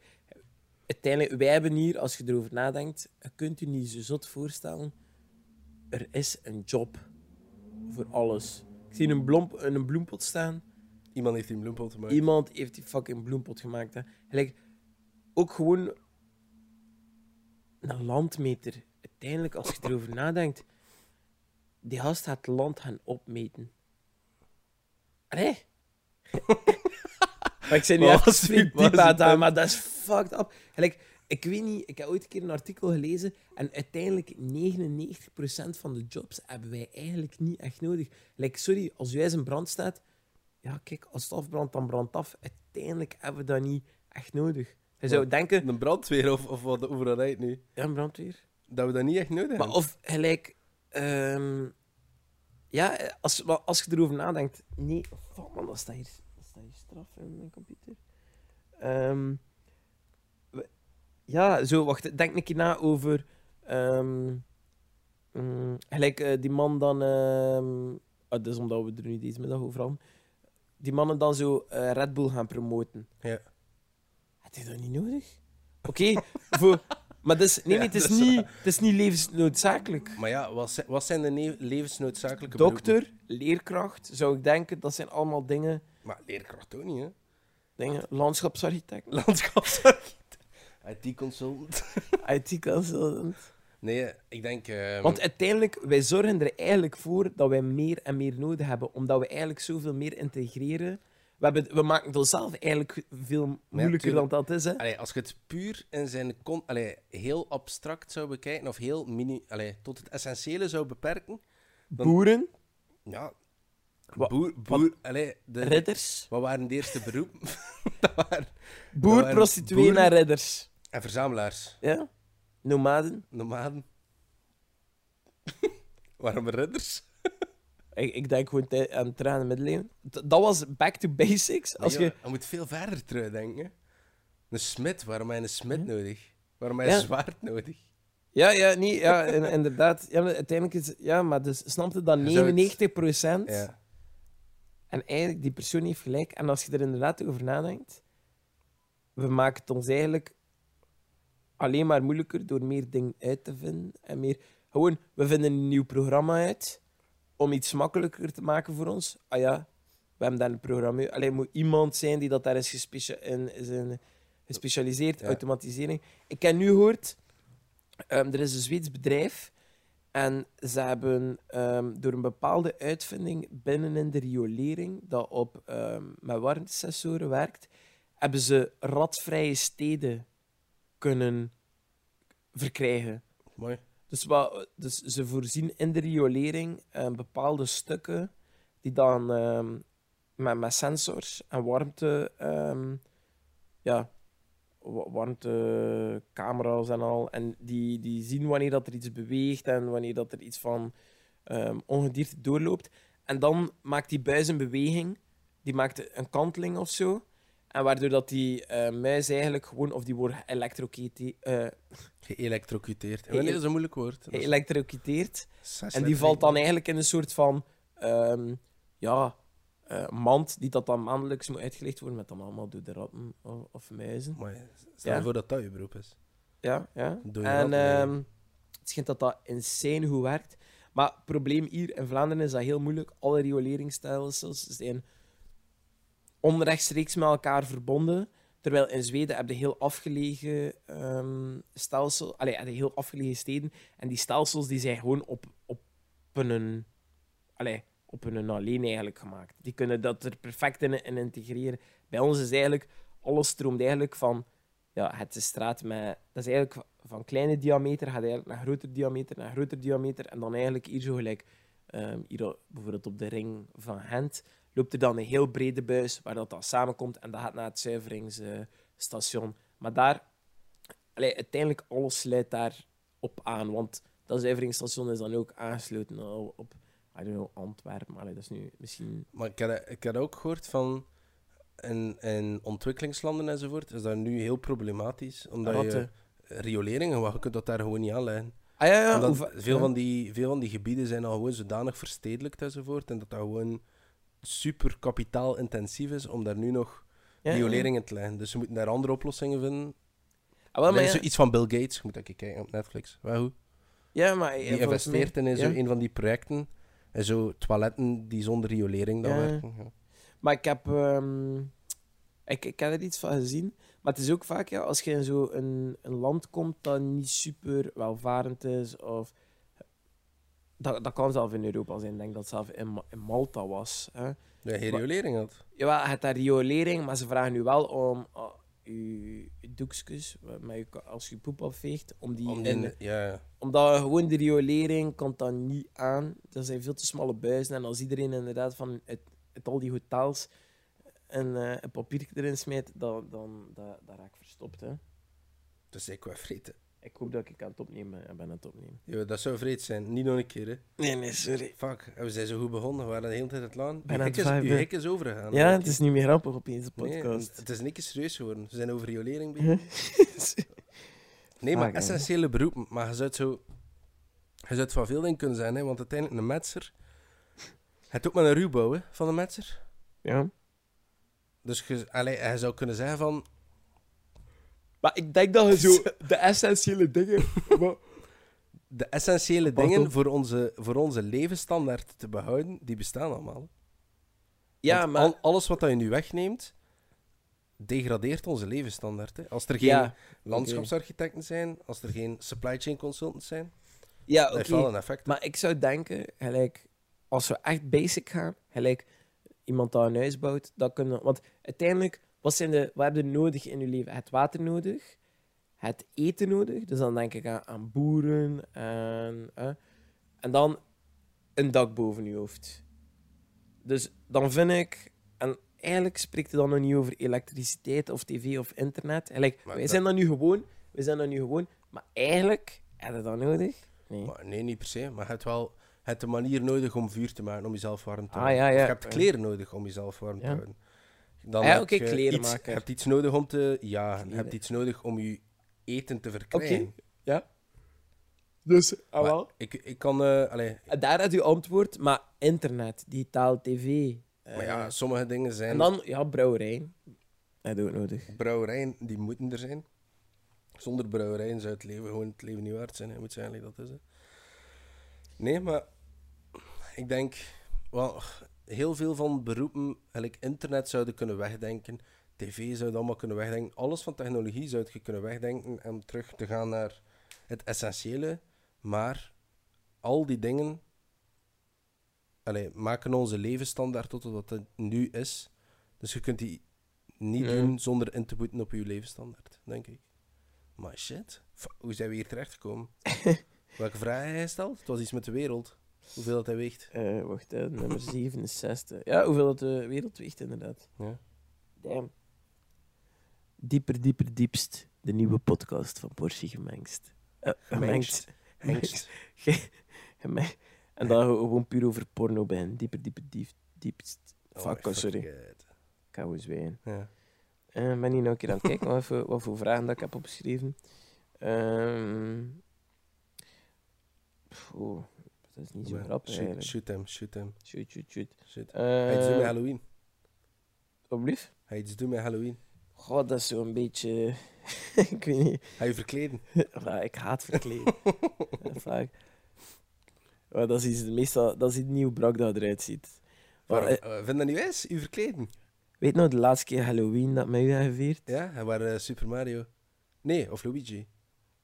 [SPEAKER 1] uiteindelijk, wij hebben hier, als je erover nadenkt, je kunt je niet zo zot voorstellen. Er is een job voor alles. Ik zie een, blomp, een bloempot staan.
[SPEAKER 3] Iemand heeft die een bloempot te maken.
[SPEAKER 1] Iemand heeft die fucking bloempot gemaakt. Hè. Gelijk, ook gewoon een landmeter. Uiteindelijk, als je erover nadenkt, die gast gaat het land gaan opmeten. Allee. maar ik zei nu
[SPEAKER 3] Waar
[SPEAKER 1] even
[SPEAKER 3] was die-
[SPEAKER 1] twee
[SPEAKER 3] waar
[SPEAKER 1] diep aan
[SPEAKER 3] is die
[SPEAKER 1] het aan,
[SPEAKER 3] punt?
[SPEAKER 1] maar dat is fucked up. Gelijk, ik weet niet, ik heb ooit een keer een artikel gelezen en uiteindelijk 99% van de jobs hebben wij eigenlijk niet echt nodig. Like, sorry, als jij in brand staat, ja kijk, als het afbrandt, dan brandt het af. Uiteindelijk hebben we dat niet echt nodig. Je zou
[SPEAKER 3] Wat?
[SPEAKER 1] denken,
[SPEAKER 3] Een brandweer of, of wat overal rijdt nu.
[SPEAKER 1] ja, brandweer.
[SPEAKER 3] Dat we dat niet echt nodig
[SPEAKER 1] Maar
[SPEAKER 3] hebben.
[SPEAKER 1] of gelijk, ehm, ja, eh, als, wel, als je erover nadenkt, nee, fuck man, dat staat hier, dat staat hier straf in mijn computer. Ehm, we- ja, zo, wacht, denk een keer na over, ehm, mm, gelijk eh, die man dan, ehm ah, dat is omdat we er nu deze middag over hadden, die mannen dan zo eh, Red Bull gaan promoten.
[SPEAKER 3] Ja.
[SPEAKER 1] Had je dat niet nodig? Oké, voor... Maar dat is, nee, nee, het is,
[SPEAKER 3] Ja, dat is
[SPEAKER 1] niet, het is niet levensnoodzakelijk.
[SPEAKER 3] Maar ja, wat, zi- wat zijn de ne- levensnoodzakelijke beroepen?
[SPEAKER 1] Dokter, leerkracht, zou ik denken, dat zijn allemaal dingen.
[SPEAKER 3] Maar leerkracht ook niet, hè?
[SPEAKER 1] dingen landschapsarchitect,
[SPEAKER 3] Landschapsarchitect. IT-consultant.
[SPEAKER 1] IT-consultant.
[SPEAKER 3] Nee, ik denk... ehm,
[SPEAKER 1] Want uiteindelijk, wij zorgen er eigenlijk voor dat wij meer en meer nodig hebben, omdat we eigenlijk zoveel meer integreren. We, hebben, we maken het onszelf eigenlijk veel moeilijker dan
[SPEAKER 3] tuurlijk.
[SPEAKER 1] dat is. Hè.
[SPEAKER 3] allee, als je het puur in zijn... Con- allee, heel abstract zou bekijken, of heel mini... Allee, tot het essentiële zou beperken... dan-
[SPEAKER 1] Boeren,
[SPEAKER 3] Ja.
[SPEAKER 1] Wa-
[SPEAKER 3] boer... boer allee, de,
[SPEAKER 1] ridders.
[SPEAKER 3] Wat waren de eerste beroepen? Dat waren-
[SPEAKER 1] Boer,
[SPEAKER 3] waren
[SPEAKER 1] prostituee
[SPEAKER 3] boeren.
[SPEAKER 1] en ridders.
[SPEAKER 3] en verzamelaars.
[SPEAKER 1] Ja? Nomaden.
[SPEAKER 3] Nomaden. Waarom ridders?
[SPEAKER 1] Ik, ik denk gewoon tij- aan tranen middeleeuwen. D- dat was back to basics. Als je...
[SPEAKER 3] Je moet veel verder terugdenken. Een smid, waarom heb je een smid nodig? Waarom heb je
[SPEAKER 1] Ja.
[SPEAKER 3] een zwaard nodig?
[SPEAKER 1] Ja, ja, nee, ja in- inderdaad. Ja, maar uiteindelijk is... Ja, maar dus snapte dat
[SPEAKER 3] Je zou het-
[SPEAKER 1] 99
[SPEAKER 3] Ja.
[SPEAKER 1] En eigenlijk, die persoon heeft gelijk. En als je er inderdaad over nadenkt, we maken het ons eigenlijk alleen maar moeilijker door meer dingen uit te vinden. En meer, gewoon, we vinden een nieuw programma uit om iets makkelijker te maken voor ons. Ah ja, we hebben daar een programma. Alleen moet iemand zijn die dat daar is, gespecia- in, is in gespecialiseerd,
[SPEAKER 3] Ja.
[SPEAKER 1] automatisering. Ik heb nu gehoord, ehm, er is een Zweeds bedrijf en ze hebben ehm, door een bepaalde uitvinding binnenin de riolering, dat op, ehm, met warmtesensoren werkt, hebben ze radvrije steden kunnen verkrijgen.
[SPEAKER 3] Mooi.
[SPEAKER 1] Dus, wat, dus ze voorzien in de riolering eh, bepaalde stukken die dan ehm, met, met sensors en warmte, ehm, ja, wa- warmtecamera's en al, en die, die zien wanneer dat er iets beweegt en wanneer dat er iets van ehm, ongedierte doorloopt. En dan maakt die buis een beweging, die maakt een kanteling of zo. En waardoor dat die eh, muis eigenlijk gewoon, of die wordt geëlektrocute- eh,
[SPEAKER 3] Geëlektrocuteerd. En
[SPEAKER 1] Ge-
[SPEAKER 3] wanneer is een moeilijk woord? Dat is
[SPEAKER 1] geëlektrocuteerd.
[SPEAKER 3] zes
[SPEAKER 1] En die
[SPEAKER 3] letters.
[SPEAKER 1] valt dan eigenlijk in een soort van ehm, ja, eh, mand die dat dan maandelijks moet uitgelegd worden met dan allemaal door de ratten of, of muizen.
[SPEAKER 3] Mooi. Stel
[SPEAKER 1] Ja.
[SPEAKER 3] voor dat dat je beroep is.
[SPEAKER 1] Ja, ja.
[SPEAKER 3] Door de
[SPEAKER 1] en
[SPEAKER 3] ratten, ja.
[SPEAKER 1] ehm, het schijnt dat dat insane goed werkt. Maar het probleem hier in Vlaanderen is dat heel moeilijk. Alle rioleringsstelsels zijn onrechtstreeks met elkaar verbonden. Terwijl in Zweden heb je heel afgelegen ehm stelsel, allee, heb je heel afgelegen steden. En die stelsels die zijn gewoon op, op een, allee, op een alleen eigenlijk gemaakt. Die kunnen dat er perfect in, in integreren. Bij ons is eigenlijk, alles stroomt eigenlijk van ja, het is straat met. Dat is eigenlijk van kleine diameter, gaat eigenlijk naar groter diameter, naar groter diameter. En dan eigenlijk hier zo gelijk, ehm, hier al- bijvoorbeeld op de ring van Gent, loopt er dan een heel brede buis waar dat dan samenkomt en dat gaat naar het zuiveringsstation. maar daar, allee, uiteindelijk alles sluit daar op aan, want dat zuiveringsstation is dan ook aangesloten op, op I don't know, Antwerpen. Allee, dat is nu misschien.
[SPEAKER 3] Maar ik had, ik had ook gehoord van. In, in ontwikkelingslanden enzovoort is dat nu heel problematisch. Omdat
[SPEAKER 1] Ratten.
[SPEAKER 3] je rioleringen, want je kunt dat daar gewoon niet aanleggen.
[SPEAKER 1] Ah ja, ja,
[SPEAKER 3] Omdat
[SPEAKER 1] hoe va-
[SPEAKER 3] veel,
[SPEAKER 1] ja.
[SPEAKER 3] van die, veel van die gebieden zijn al gewoon zodanig verstedelijkt enzovoort. En dat dat gewoon super kapitaalintensief is om daar nu nog
[SPEAKER 1] Ja, ja.
[SPEAKER 3] rioleringen te leggen. Dus ze moeten daar andere oplossingen vinden.
[SPEAKER 1] Ah, wel,
[SPEAKER 3] er
[SPEAKER 1] maar
[SPEAKER 3] is
[SPEAKER 1] ja,
[SPEAKER 3] zoiets van Bill Gates, je moet dat kijken op Netflix. Wel goed.
[SPEAKER 1] ja, maar
[SPEAKER 3] Die
[SPEAKER 1] ja, volgens mij-
[SPEAKER 3] investeert in zo
[SPEAKER 1] ja.
[SPEAKER 3] een van die projecten. En zo toiletten die zonder riolering dan
[SPEAKER 1] Ja.
[SPEAKER 3] werken. Ja.
[SPEAKER 1] Maar ik heb... ehm, ik, ik heb er iets van gezien. Maar het is ook vaak, ja, als je in zo'n een, een land komt dat niet super welvarend is, of... Dat, dat kan zelf in Europa zijn. Ik denk dat het zelf in, Ma- in Malta was. Hè.
[SPEAKER 3] Dat je geen riolering had.
[SPEAKER 1] Jawel, het daar riolering, maar ze vragen nu wel om ah, je je doekjes, wat- met je ka- als je poep afveegt, om die,
[SPEAKER 3] Om die-
[SPEAKER 1] in-
[SPEAKER 3] ja.
[SPEAKER 1] omdat gewoon de riolering komt dan niet aan. Er zijn veel te smalle buizen. En als iedereen inderdaad van uit, uit al die hotels een, eh een papiertje erin smijt, dan, dan dat, dat raak ik verstopt. Hè.
[SPEAKER 3] Dat is qua vreten.
[SPEAKER 1] Ik hoop dat ik aan het opnemen eh, ben. Ik ben aan het opnemen.
[SPEAKER 3] Ja, dat zou vreed zijn. Niet nog een keer, hè.
[SPEAKER 1] Nee, nee, sorry.
[SPEAKER 3] Fuck, en we zijn zo goed begonnen. We waren de hele tijd aan het laan.
[SPEAKER 1] Bijna
[SPEAKER 3] Uw hik
[SPEAKER 1] het
[SPEAKER 3] is,
[SPEAKER 1] vijfde.
[SPEAKER 3] uw hik is overgegaan.
[SPEAKER 1] Ja, het is niet meer grappig op deze
[SPEAKER 3] Nee,
[SPEAKER 1] podcast.
[SPEAKER 3] het is niet eens serieus geworden. We zijn over riolering bezig. Nee, maar
[SPEAKER 1] Vaak, hè.
[SPEAKER 3] essentiële beroepen. Maar je zou het zo... Je zou het van veel dingen kunnen zijn, hè. Want uiteindelijk, een metser... Het ook maar een ruwbouw, hè, van een metser.
[SPEAKER 1] Ja.
[SPEAKER 3] Dus je, allee, hij zou kunnen zeggen van...
[SPEAKER 1] Maar ik denk dat je zo de essentiële dingen.
[SPEAKER 3] De essentiële
[SPEAKER 1] Pas
[SPEAKER 3] dingen
[SPEAKER 1] op.
[SPEAKER 3] voor onze, voor onze levensstandaard te behouden, die bestaan allemaal.
[SPEAKER 1] ja,
[SPEAKER 3] Want
[SPEAKER 1] maar.
[SPEAKER 3] al- alles wat dat je nu wegneemt, degradeert onze levensstandaard. Hè. Als er geen
[SPEAKER 1] Ja,
[SPEAKER 3] landschapsarchitecten zijn, als er geen supply chain consultants zijn,
[SPEAKER 1] ja,
[SPEAKER 3] dat
[SPEAKER 1] Ah, oké.
[SPEAKER 3] heeft wel een effect.
[SPEAKER 1] Maar ik zou denken, gelijk, als we echt basic gaan, gelijk iemand dat een huis bouwt, dat kunnen. Want uiteindelijk, wat, zijn de, wat heb je nodig in je leven? Het water nodig, het eten nodig. Dus dan denk ik aan, aan boeren en, eh, en dan een dak boven je hoofd. Dus dan vind ik, en eigenlijk spreekt het dan nog niet over elektriciteit of tv of internet. Gelijk,
[SPEAKER 3] Maar
[SPEAKER 1] wij
[SPEAKER 3] dat-
[SPEAKER 1] zijn dat nu gewoon, wij zijn dat nu gewoon, maar eigenlijk heb je dat nodig? Nee.
[SPEAKER 3] Maar nee, niet per se. Maar je hebt wel, je hebt de manier nodig om vuur te maken, om jezelf warm te
[SPEAKER 1] Ah,
[SPEAKER 3] houden.
[SPEAKER 1] ja, ja.
[SPEAKER 3] Of je hebt kleren nodig om jezelf warm te
[SPEAKER 1] Ja.
[SPEAKER 3] houden. Dan
[SPEAKER 1] Ah, ja, oké,
[SPEAKER 3] heb je iets,
[SPEAKER 1] klerenmaker.
[SPEAKER 3] je hebt iets nodig om te jagen. Je
[SPEAKER 1] Kleren.
[SPEAKER 3] hebt iets nodig om je eten te verkrijgen.
[SPEAKER 1] Dus,
[SPEAKER 3] Maar Ik, ik kan... eh, allee,
[SPEAKER 1] Daar had u antwoord, maar internet, digitaal tv. eh,
[SPEAKER 3] maar ja, sommige dingen zijn...
[SPEAKER 1] en dan, ja, brouwerij. Dat is ook nodig.
[SPEAKER 3] Brouwerijen, die moeten er zijn. Zonder brouwerijen zou het leven gewoon het leven niet waard zijn. hè. Moet zijn eigenlijk dat is. hè. Nee, maar ik denk, wel, heel veel van beroepen, eigenlijk internet zouden kunnen wegdenken. TV zou het allemaal kunnen wegdenken. Alles van technologie zou je kunnen wegdenken en terug te gaan naar het essentiële. Maar al die dingen allee, maken onze levensstandaard tot wat het nu is. Dus je kunt die niet
[SPEAKER 1] Ja.
[SPEAKER 3] doen zonder in te boeten op je levensstandaard, denk ik. Maar shit, F- hoe zijn we hier terechtgekomen? Welke vraag heb jij gesteld? Het was iets met de wereld. Hoeveel dat hij weegt.
[SPEAKER 1] Eh, wacht, hè, nummer 67. Ja, hoeveel dat de wereld weegt, inderdaad.
[SPEAKER 3] Ja.
[SPEAKER 1] Damn. Dieper, dieper, diepst. De nieuwe podcast van Porsche Gemengst. Eh, gemengd.
[SPEAKER 3] Hengst.
[SPEAKER 1] Ge- geme- en dan gewoon puur over porno ben. Dieper, dieper, diep, diepst.
[SPEAKER 3] Oh,
[SPEAKER 1] Fuck,
[SPEAKER 3] my
[SPEAKER 1] sorry.
[SPEAKER 3] fucking god.
[SPEAKER 1] Koude zwijnen.
[SPEAKER 3] Ja.
[SPEAKER 1] Eh, Ik ben hier nog een keer aan het kijken wat voor, wat voor vragen dat ik heb opgeschreven. Ehm pff, oh, dat is niet zo
[SPEAKER 3] Maar
[SPEAKER 1] grappig
[SPEAKER 3] shoot,
[SPEAKER 1] eigenlijk.
[SPEAKER 3] shoot hem, shoot hem.
[SPEAKER 1] Shoot, shoot, shoot.
[SPEAKER 3] Shoot. Ga je iets doen met
[SPEAKER 1] Uh,
[SPEAKER 3] Halloween?
[SPEAKER 1] Oblief?
[SPEAKER 3] Ga je iets doen met Halloween?
[SPEAKER 1] Goh, dat is zo'n beetje... ik weet niet.
[SPEAKER 3] Ga je verkleden?
[SPEAKER 1] Ja, ik haat verkleden. Eh, vaak. Maar dat is iets, meestal, dat is iets nieuw brak dat eruit ziet. Maar,
[SPEAKER 3] Waarom?
[SPEAKER 1] eh,
[SPEAKER 3] Eh, vind dat niet wijs? U verkleden?
[SPEAKER 1] weet nog de laatste keer Halloween dat mij u heeft gevierd?
[SPEAKER 3] Ja, en waar eh, Super Mario? Nee, of Luigi.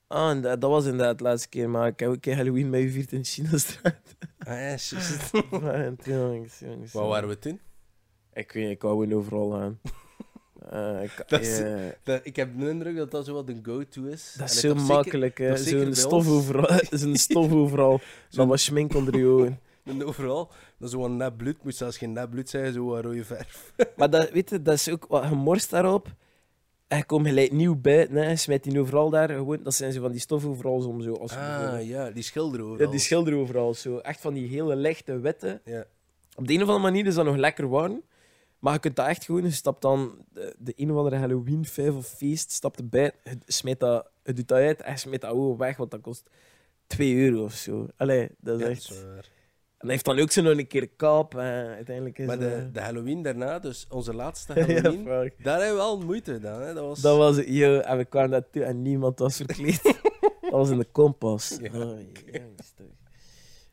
[SPEAKER 1] Ah, en dat, dat was inderdaad de laatste keer, maar ik heb ook een keer Halloween met u gevierd in China-straat.
[SPEAKER 3] Ah ja, shit.
[SPEAKER 1] Maar, jongens, jongens.
[SPEAKER 3] Wat waren we toen?
[SPEAKER 1] Ik weet ik hou gewoon overal aan. Eh, ik,
[SPEAKER 3] Dat is-
[SPEAKER 1] eh,
[SPEAKER 3] Dat, ik heb de indruk dat dat zo wat een go-to is.
[SPEAKER 1] dat is
[SPEAKER 3] Allee,
[SPEAKER 1] zo
[SPEAKER 3] toch
[SPEAKER 1] makkelijk, hè.
[SPEAKER 3] toch zeker
[SPEAKER 1] Zo'n
[SPEAKER 3] bij
[SPEAKER 1] stof,
[SPEAKER 3] ons.
[SPEAKER 1] overal- zo'n stof overal. Dan
[SPEAKER 3] Zo'n-
[SPEAKER 1] was schmink onder je ogen.
[SPEAKER 3] Zeker, en overal, dat is zo'n nep bloed. Moet zelfs geen nep bloed zijn, zo'n rode verf.
[SPEAKER 1] Maar dat, weet je, dat is ook wat je morst daarop. En je komt gelijk nieuw buiten, hè. Je smijt die overal daar. Gewoon, dat zijn ze van die stof overal om zo. Als je
[SPEAKER 3] Ah,
[SPEAKER 1] bijvoorbeeld-
[SPEAKER 3] ja, die schilder overal.
[SPEAKER 1] ja, die schilder overal zo. Echt van die hele lichte witte.
[SPEAKER 3] Ja.
[SPEAKER 1] Op de een of andere manier is dat nog lekker warm. Maar je kunt dat echt gewoon, je stapt dan de, de een of andere Halloween vijf of feest, stapt erbij, je smijt dat, je doet dat uit en je smijt dat gewoon weg, want dat kost 2 euro of zo. Allee, dat is
[SPEAKER 3] Ja,
[SPEAKER 1] echt...
[SPEAKER 3] dat is
[SPEAKER 1] En
[SPEAKER 3] waar.
[SPEAKER 1] dat heeft dan ook zo nog een keer kap en uiteindelijk is
[SPEAKER 3] Maar
[SPEAKER 1] dat-
[SPEAKER 3] de, de Halloween daarna, dus onze laatste
[SPEAKER 1] Ja,
[SPEAKER 3] Halloween,
[SPEAKER 1] fuck.
[SPEAKER 3] daar hebben we al moeite gedaan. Hè? Dat was...
[SPEAKER 1] Dat was het, yo, en we kwamen daartoe en niemand was verkleed. dat was in de kompas.
[SPEAKER 3] Ja,
[SPEAKER 1] Oh, jongens, toch.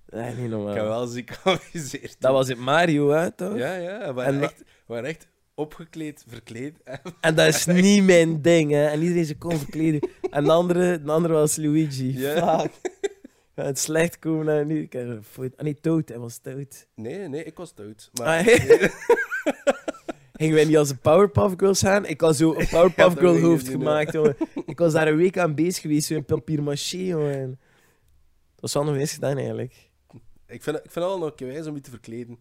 [SPEAKER 1] Dat is niet normaal.
[SPEAKER 3] Ik heb wel ziek geamuseerd.
[SPEAKER 1] Dat was het Mario, hè, toch?
[SPEAKER 3] Ja, ja. We
[SPEAKER 1] En
[SPEAKER 3] waren,
[SPEAKER 1] wa-
[SPEAKER 3] echt, we waren echt opgekleed, verkleed. En
[SPEAKER 1] En dat is niet mijn ding, hè. En iedereen ze kon verkleden. En de andere, de andere was Luigi.
[SPEAKER 3] Ja.
[SPEAKER 1] Fuck. Gaat het slecht komen naar nu? Ik heb een foto. Ah, nee, dood. Hij was dood.
[SPEAKER 3] Nee, nee, ik was dood. Maar
[SPEAKER 1] Ah, hè. Gingen wij niet als de Powerpuff Girls gaan? Ik had zo een Powerpuff
[SPEAKER 3] dat
[SPEAKER 1] Girl
[SPEAKER 3] weet ik
[SPEAKER 1] hoofd
[SPEAKER 3] niet,
[SPEAKER 1] gemaakt, jongen. Ik was daar een week aan bezig geweest, zo in papier maché, jongen. Dat was wel nog eens gedaan, eigenlijk.
[SPEAKER 3] ik vind, ik vind het wel nog een keer wijs om je te verkleden.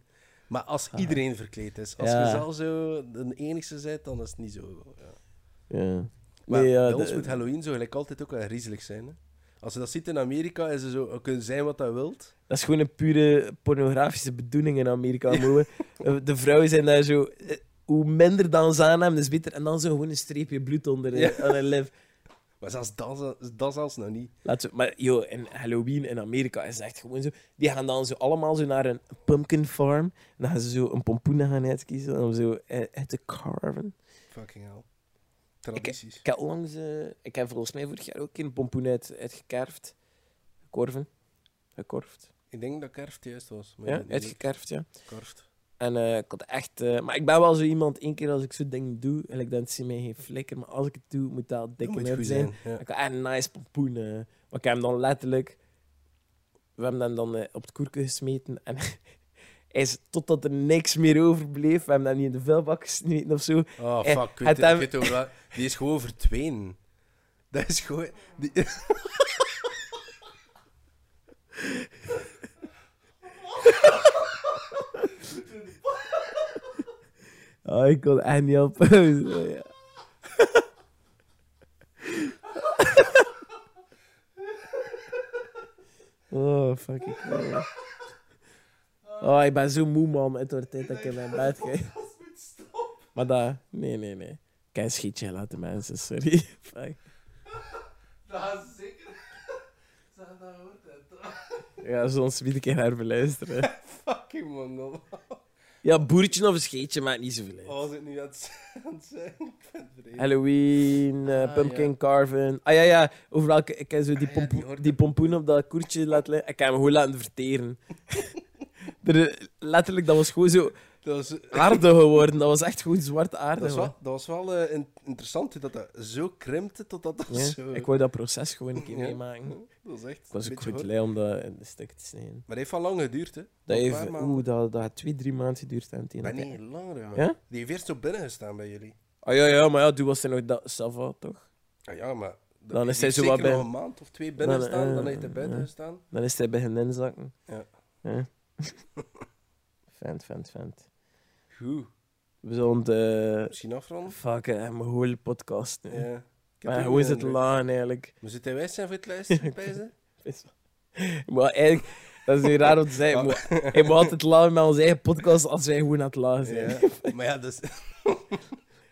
[SPEAKER 3] Maar als iedereen verkleed is, als
[SPEAKER 1] Ah. Ja.
[SPEAKER 3] je zelf zo de enigste bent, dan is het niet zo. Ja.
[SPEAKER 1] Ja.
[SPEAKER 3] Maar
[SPEAKER 1] Nee, ja,
[SPEAKER 3] bij ons
[SPEAKER 1] de-
[SPEAKER 3] moet Halloween zo gelijk altijd ook wel griezelig zijn. Hè? Als je dat ziet in Amerika, is er zo, "Oh, je kunt zijn wat je wilt.
[SPEAKER 1] Dat is gewoon een pure pornografische bedoeling in Amerika. moe. De vrouwen zijn daar zo... eh, Hoe minder dan ze aan hebben, is beter. En dan zo gewoon een streepje bloed onder eh,
[SPEAKER 3] Ja.
[SPEAKER 1] aan hun lip.
[SPEAKER 3] Maar zelfs dat, dat zelfs nog niet.
[SPEAKER 1] Laat zo- maar joh, in Halloween in Amerika is het echt gewoon zo... Die gaan dan zo allemaal zo naar een pumpkin farm. En dan gaan ze zo een pompoen gaan uitkiezen om zo eh, uit te carven.
[SPEAKER 3] Fucking hell. Tradities.
[SPEAKER 1] Ik heb onlangs... eh, ik heb volgens mij vorig jaar ook een pompoen uit, uitgekerfd. Gekorven. Gekorfd.
[SPEAKER 3] Ik denk dat kerft juist was. Maar
[SPEAKER 1] Ja,
[SPEAKER 3] ik weet niet
[SPEAKER 1] uitgekerfd, ja.
[SPEAKER 3] of kerft.
[SPEAKER 1] En eh, ik had echt... eh, maar ik ben wel zo iemand, één keer als ik zo'n ding doe, en ik dan zie mij geen flikker, maar als ik het doe, moet dat
[SPEAKER 3] Dat
[SPEAKER 1] dikke
[SPEAKER 3] moet
[SPEAKER 1] nep
[SPEAKER 3] goed
[SPEAKER 1] zijn.
[SPEAKER 3] zijn. ja.
[SPEAKER 1] Ik had echt een nice pompoen. eh. maar ik heb hem dan letterlijk... We hebben hem dan eh, op het koerken gesmeten en... Hij is, totdat er niks meer overbleef. We hebben hem niet in de vuilbak gesmeten of zo.
[SPEAKER 3] Oh,
[SPEAKER 1] Eh,
[SPEAKER 3] fuck. Ik
[SPEAKER 1] het
[SPEAKER 3] weet,
[SPEAKER 1] hem-
[SPEAKER 3] ik weet over wat- Die is gewoon verdwenen. Dat is gewoon... Die...
[SPEAKER 1] Oh, ik kon echt niet op. ja. Oh, fuck ik. Oh, ik ben zo moe, man. Het wordt tijd dat ik in mijn bed ga. Maar dat... Nee, nee, nee. Kijk, schiet je laten mensen, sorry. Fuck.
[SPEAKER 2] Dat gaat zeker. Zeg dat hoort het.
[SPEAKER 1] Ja, zo'n speed een keer herbeluisteren.
[SPEAKER 3] Fucking mongol.
[SPEAKER 1] Ja, boertje of een scheetje maakt niet zoveel uit.
[SPEAKER 3] Oh, was ik nu aan het aan het zeggen? Ik ben het vreemd.
[SPEAKER 1] Halloween, eh,
[SPEAKER 3] Ah,
[SPEAKER 1] pumpkin
[SPEAKER 3] ja.
[SPEAKER 1] carving. Ah ja, ja, over welke. Ik heb zo die,
[SPEAKER 3] Ah, ja, die
[SPEAKER 1] pompoen-
[SPEAKER 3] hoort
[SPEAKER 1] die pompoen op dat koertje laten liggen. Ik heb hem gewoon laten verteren. er, letterlijk, dat was gewoon zo
[SPEAKER 3] Dat was, dat
[SPEAKER 1] aarde geworden. Dat was echt gewoon zwarte aarde.
[SPEAKER 3] was wel,
[SPEAKER 1] man.
[SPEAKER 3] dat was wel eh, in- interessant, hoe dat, dat zo krimpte totdat dat
[SPEAKER 1] Ja,
[SPEAKER 3] zo...
[SPEAKER 1] Ik wou dat proces gewoon een keer
[SPEAKER 3] Ja.
[SPEAKER 1] meemaken.
[SPEAKER 3] Dat is echt
[SPEAKER 1] Ik was
[SPEAKER 3] een
[SPEAKER 1] ook
[SPEAKER 3] beetje
[SPEAKER 1] goed
[SPEAKER 3] hard.
[SPEAKER 1] lui om dat in een stuk te snijden.
[SPEAKER 3] Maar dat heeft wel lang geduurd, hè.
[SPEAKER 1] Dat
[SPEAKER 3] Een
[SPEAKER 1] heeft,
[SPEAKER 3] paar maanden.
[SPEAKER 1] oeh, dat, dat had twee, drie maanden geduurd. aan het einde.
[SPEAKER 3] Maar nee, langer, ja.
[SPEAKER 1] Ja?
[SPEAKER 3] Die heeft eerst zo binnen gestaan bij jullie.
[SPEAKER 1] Ah ja, ja, maar ja, toen was er nog dat Sava, toch?
[SPEAKER 3] Ah ja, maar... dat-
[SPEAKER 1] Dan
[SPEAKER 3] die
[SPEAKER 1] is hij
[SPEAKER 3] heeft
[SPEAKER 1] zo wat
[SPEAKER 3] zeker nog
[SPEAKER 1] bij-
[SPEAKER 3] een maand of twee binnen
[SPEAKER 1] Dan,
[SPEAKER 3] staan, dan
[SPEAKER 1] eh,
[SPEAKER 3] heeft hij buiten
[SPEAKER 1] ja.
[SPEAKER 3] gestaan.
[SPEAKER 1] Dan is hij beginnen inzakken.
[SPEAKER 3] Ja.
[SPEAKER 1] ja. vent, vent, vent.
[SPEAKER 3] Goed.
[SPEAKER 1] We zullen de...
[SPEAKER 3] Misschien afronden?
[SPEAKER 1] Fuck, hè, mijn hele podcast. nu.
[SPEAKER 3] Ja. Ik heb
[SPEAKER 1] Maar
[SPEAKER 3] ook
[SPEAKER 1] hoe is
[SPEAKER 3] een
[SPEAKER 1] het
[SPEAKER 3] indruk.
[SPEAKER 1] lang eigenlijk?
[SPEAKER 3] Maar zit hij wijs zijn voor het luisteren, Pijzen?
[SPEAKER 1] Is- Maar eigenlijk, dat is nu raar om te zeggen. maar Hij moet altijd lachen met onze eigen podcast als wij gewoon aan het lachen zijn.
[SPEAKER 3] Ja. Maar ja, dus...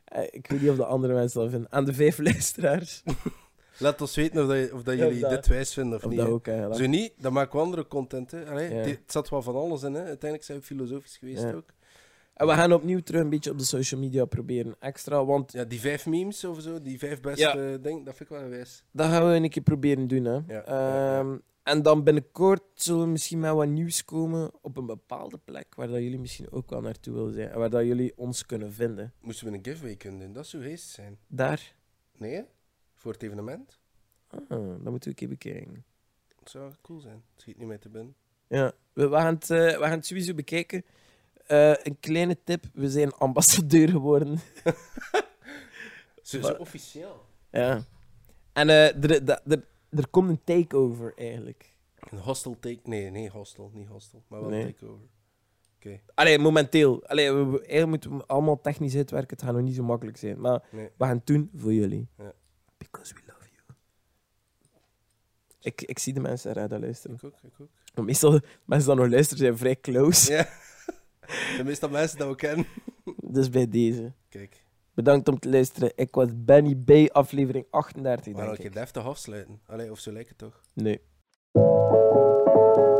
[SPEAKER 1] Eh, Ik weet niet of de andere mensen dat vinden. Aan de vijf luisteraars.
[SPEAKER 3] Laat ons weten of, dat, je- of dat
[SPEAKER 1] Ja,
[SPEAKER 3] jullie
[SPEAKER 1] dat-
[SPEAKER 3] dit wijs vinden of,
[SPEAKER 1] Of
[SPEAKER 3] niet.
[SPEAKER 1] dat
[SPEAKER 3] hè.
[SPEAKER 1] ook eigenlijk.
[SPEAKER 3] Zo niet, dan maken we andere content. Hè. Allee,
[SPEAKER 1] Ja.
[SPEAKER 3] het- Het zat wel van alles in. Hè. Uiteindelijk zijn we filosofisch geweest
[SPEAKER 1] Ja.
[SPEAKER 3] ook.
[SPEAKER 1] En we gaan opnieuw terug een beetje op de social media proberen extra. Want
[SPEAKER 3] Ja, die vijf memes of zo, die vijf beste dingen, dat vind ik wel wijs.
[SPEAKER 1] dat gaan we een keer proberen doen. Hè.
[SPEAKER 3] ja,
[SPEAKER 1] Ehm, En dan binnenkort zullen we misschien met wat nieuws komen op een bepaalde plek waar dat jullie misschien ook wel naartoe willen zijn. En waar dat jullie ons kunnen vinden.
[SPEAKER 3] Moesten we een giveaway kunnen doen? Dat zou geest zijn.
[SPEAKER 1] Daar.
[SPEAKER 3] Nee, hè? voor het evenement?
[SPEAKER 1] Ah, dat moeten we een keer bekijken.
[SPEAKER 3] Dat zou cool zijn. Het schiet niet mee te binnen.
[SPEAKER 1] Ja, we, we gaan, het, eh, we gaan het sowieso bekijken. Eh, een kleine tip, we zijn ambassadeur geworden.
[SPEAKER 3] Zo, zo
[SPEAKER 1] Maar-
[SPEAKER 3] officieel.
[SPEAKER 1] ja. En eh, er, er, er, er komt een takeover eigenlijk.
[SPEAKER 3] Een hostel take... Nee, nee, hostel. Niet hostel, maar wel
[SPEAKER 1] Nee.
[SPEAKER 3] takeover.
[SPEAKER 1] Allee, momenteel. Allee, we, we- eigenlijk moeten we allemaal technisch uitwerken. Het gaat nog niet zo makkelijk zijn. Maar
[SPEAKER 3] Nee.
[SPEAKER 1] we gaan het doen voor jullie.
[SPEAKER 3] Ja.
[SPEAKER 1] Because we love you. Ik, ik zie de mensen eruit dat luisteren.
[SPEAKER 3] Ik ook, ik ook.
[SPEAKER 1] Want Meestal, de mensen die nog luisteren zijn vrij close.
[SPEAKER 3] Ja. De meeste mensen dat we kennen.
[SPEAKER 1] Dus bij deze.
[SPEAKER 3] Kijk,
[SPEAKER 1] Bedankt om te luisteren. Ik was Benny B, aflevering 38,
[SPEAKER 3] maar
[SPEAKER 1] denk
[SPEAKER 3] een
[SPEAKER 1] ik.
[SPEAKER 3] keer deftig afsluiten. Allee, of zo lijkt het toch?
[SPEAKER 1] Nee.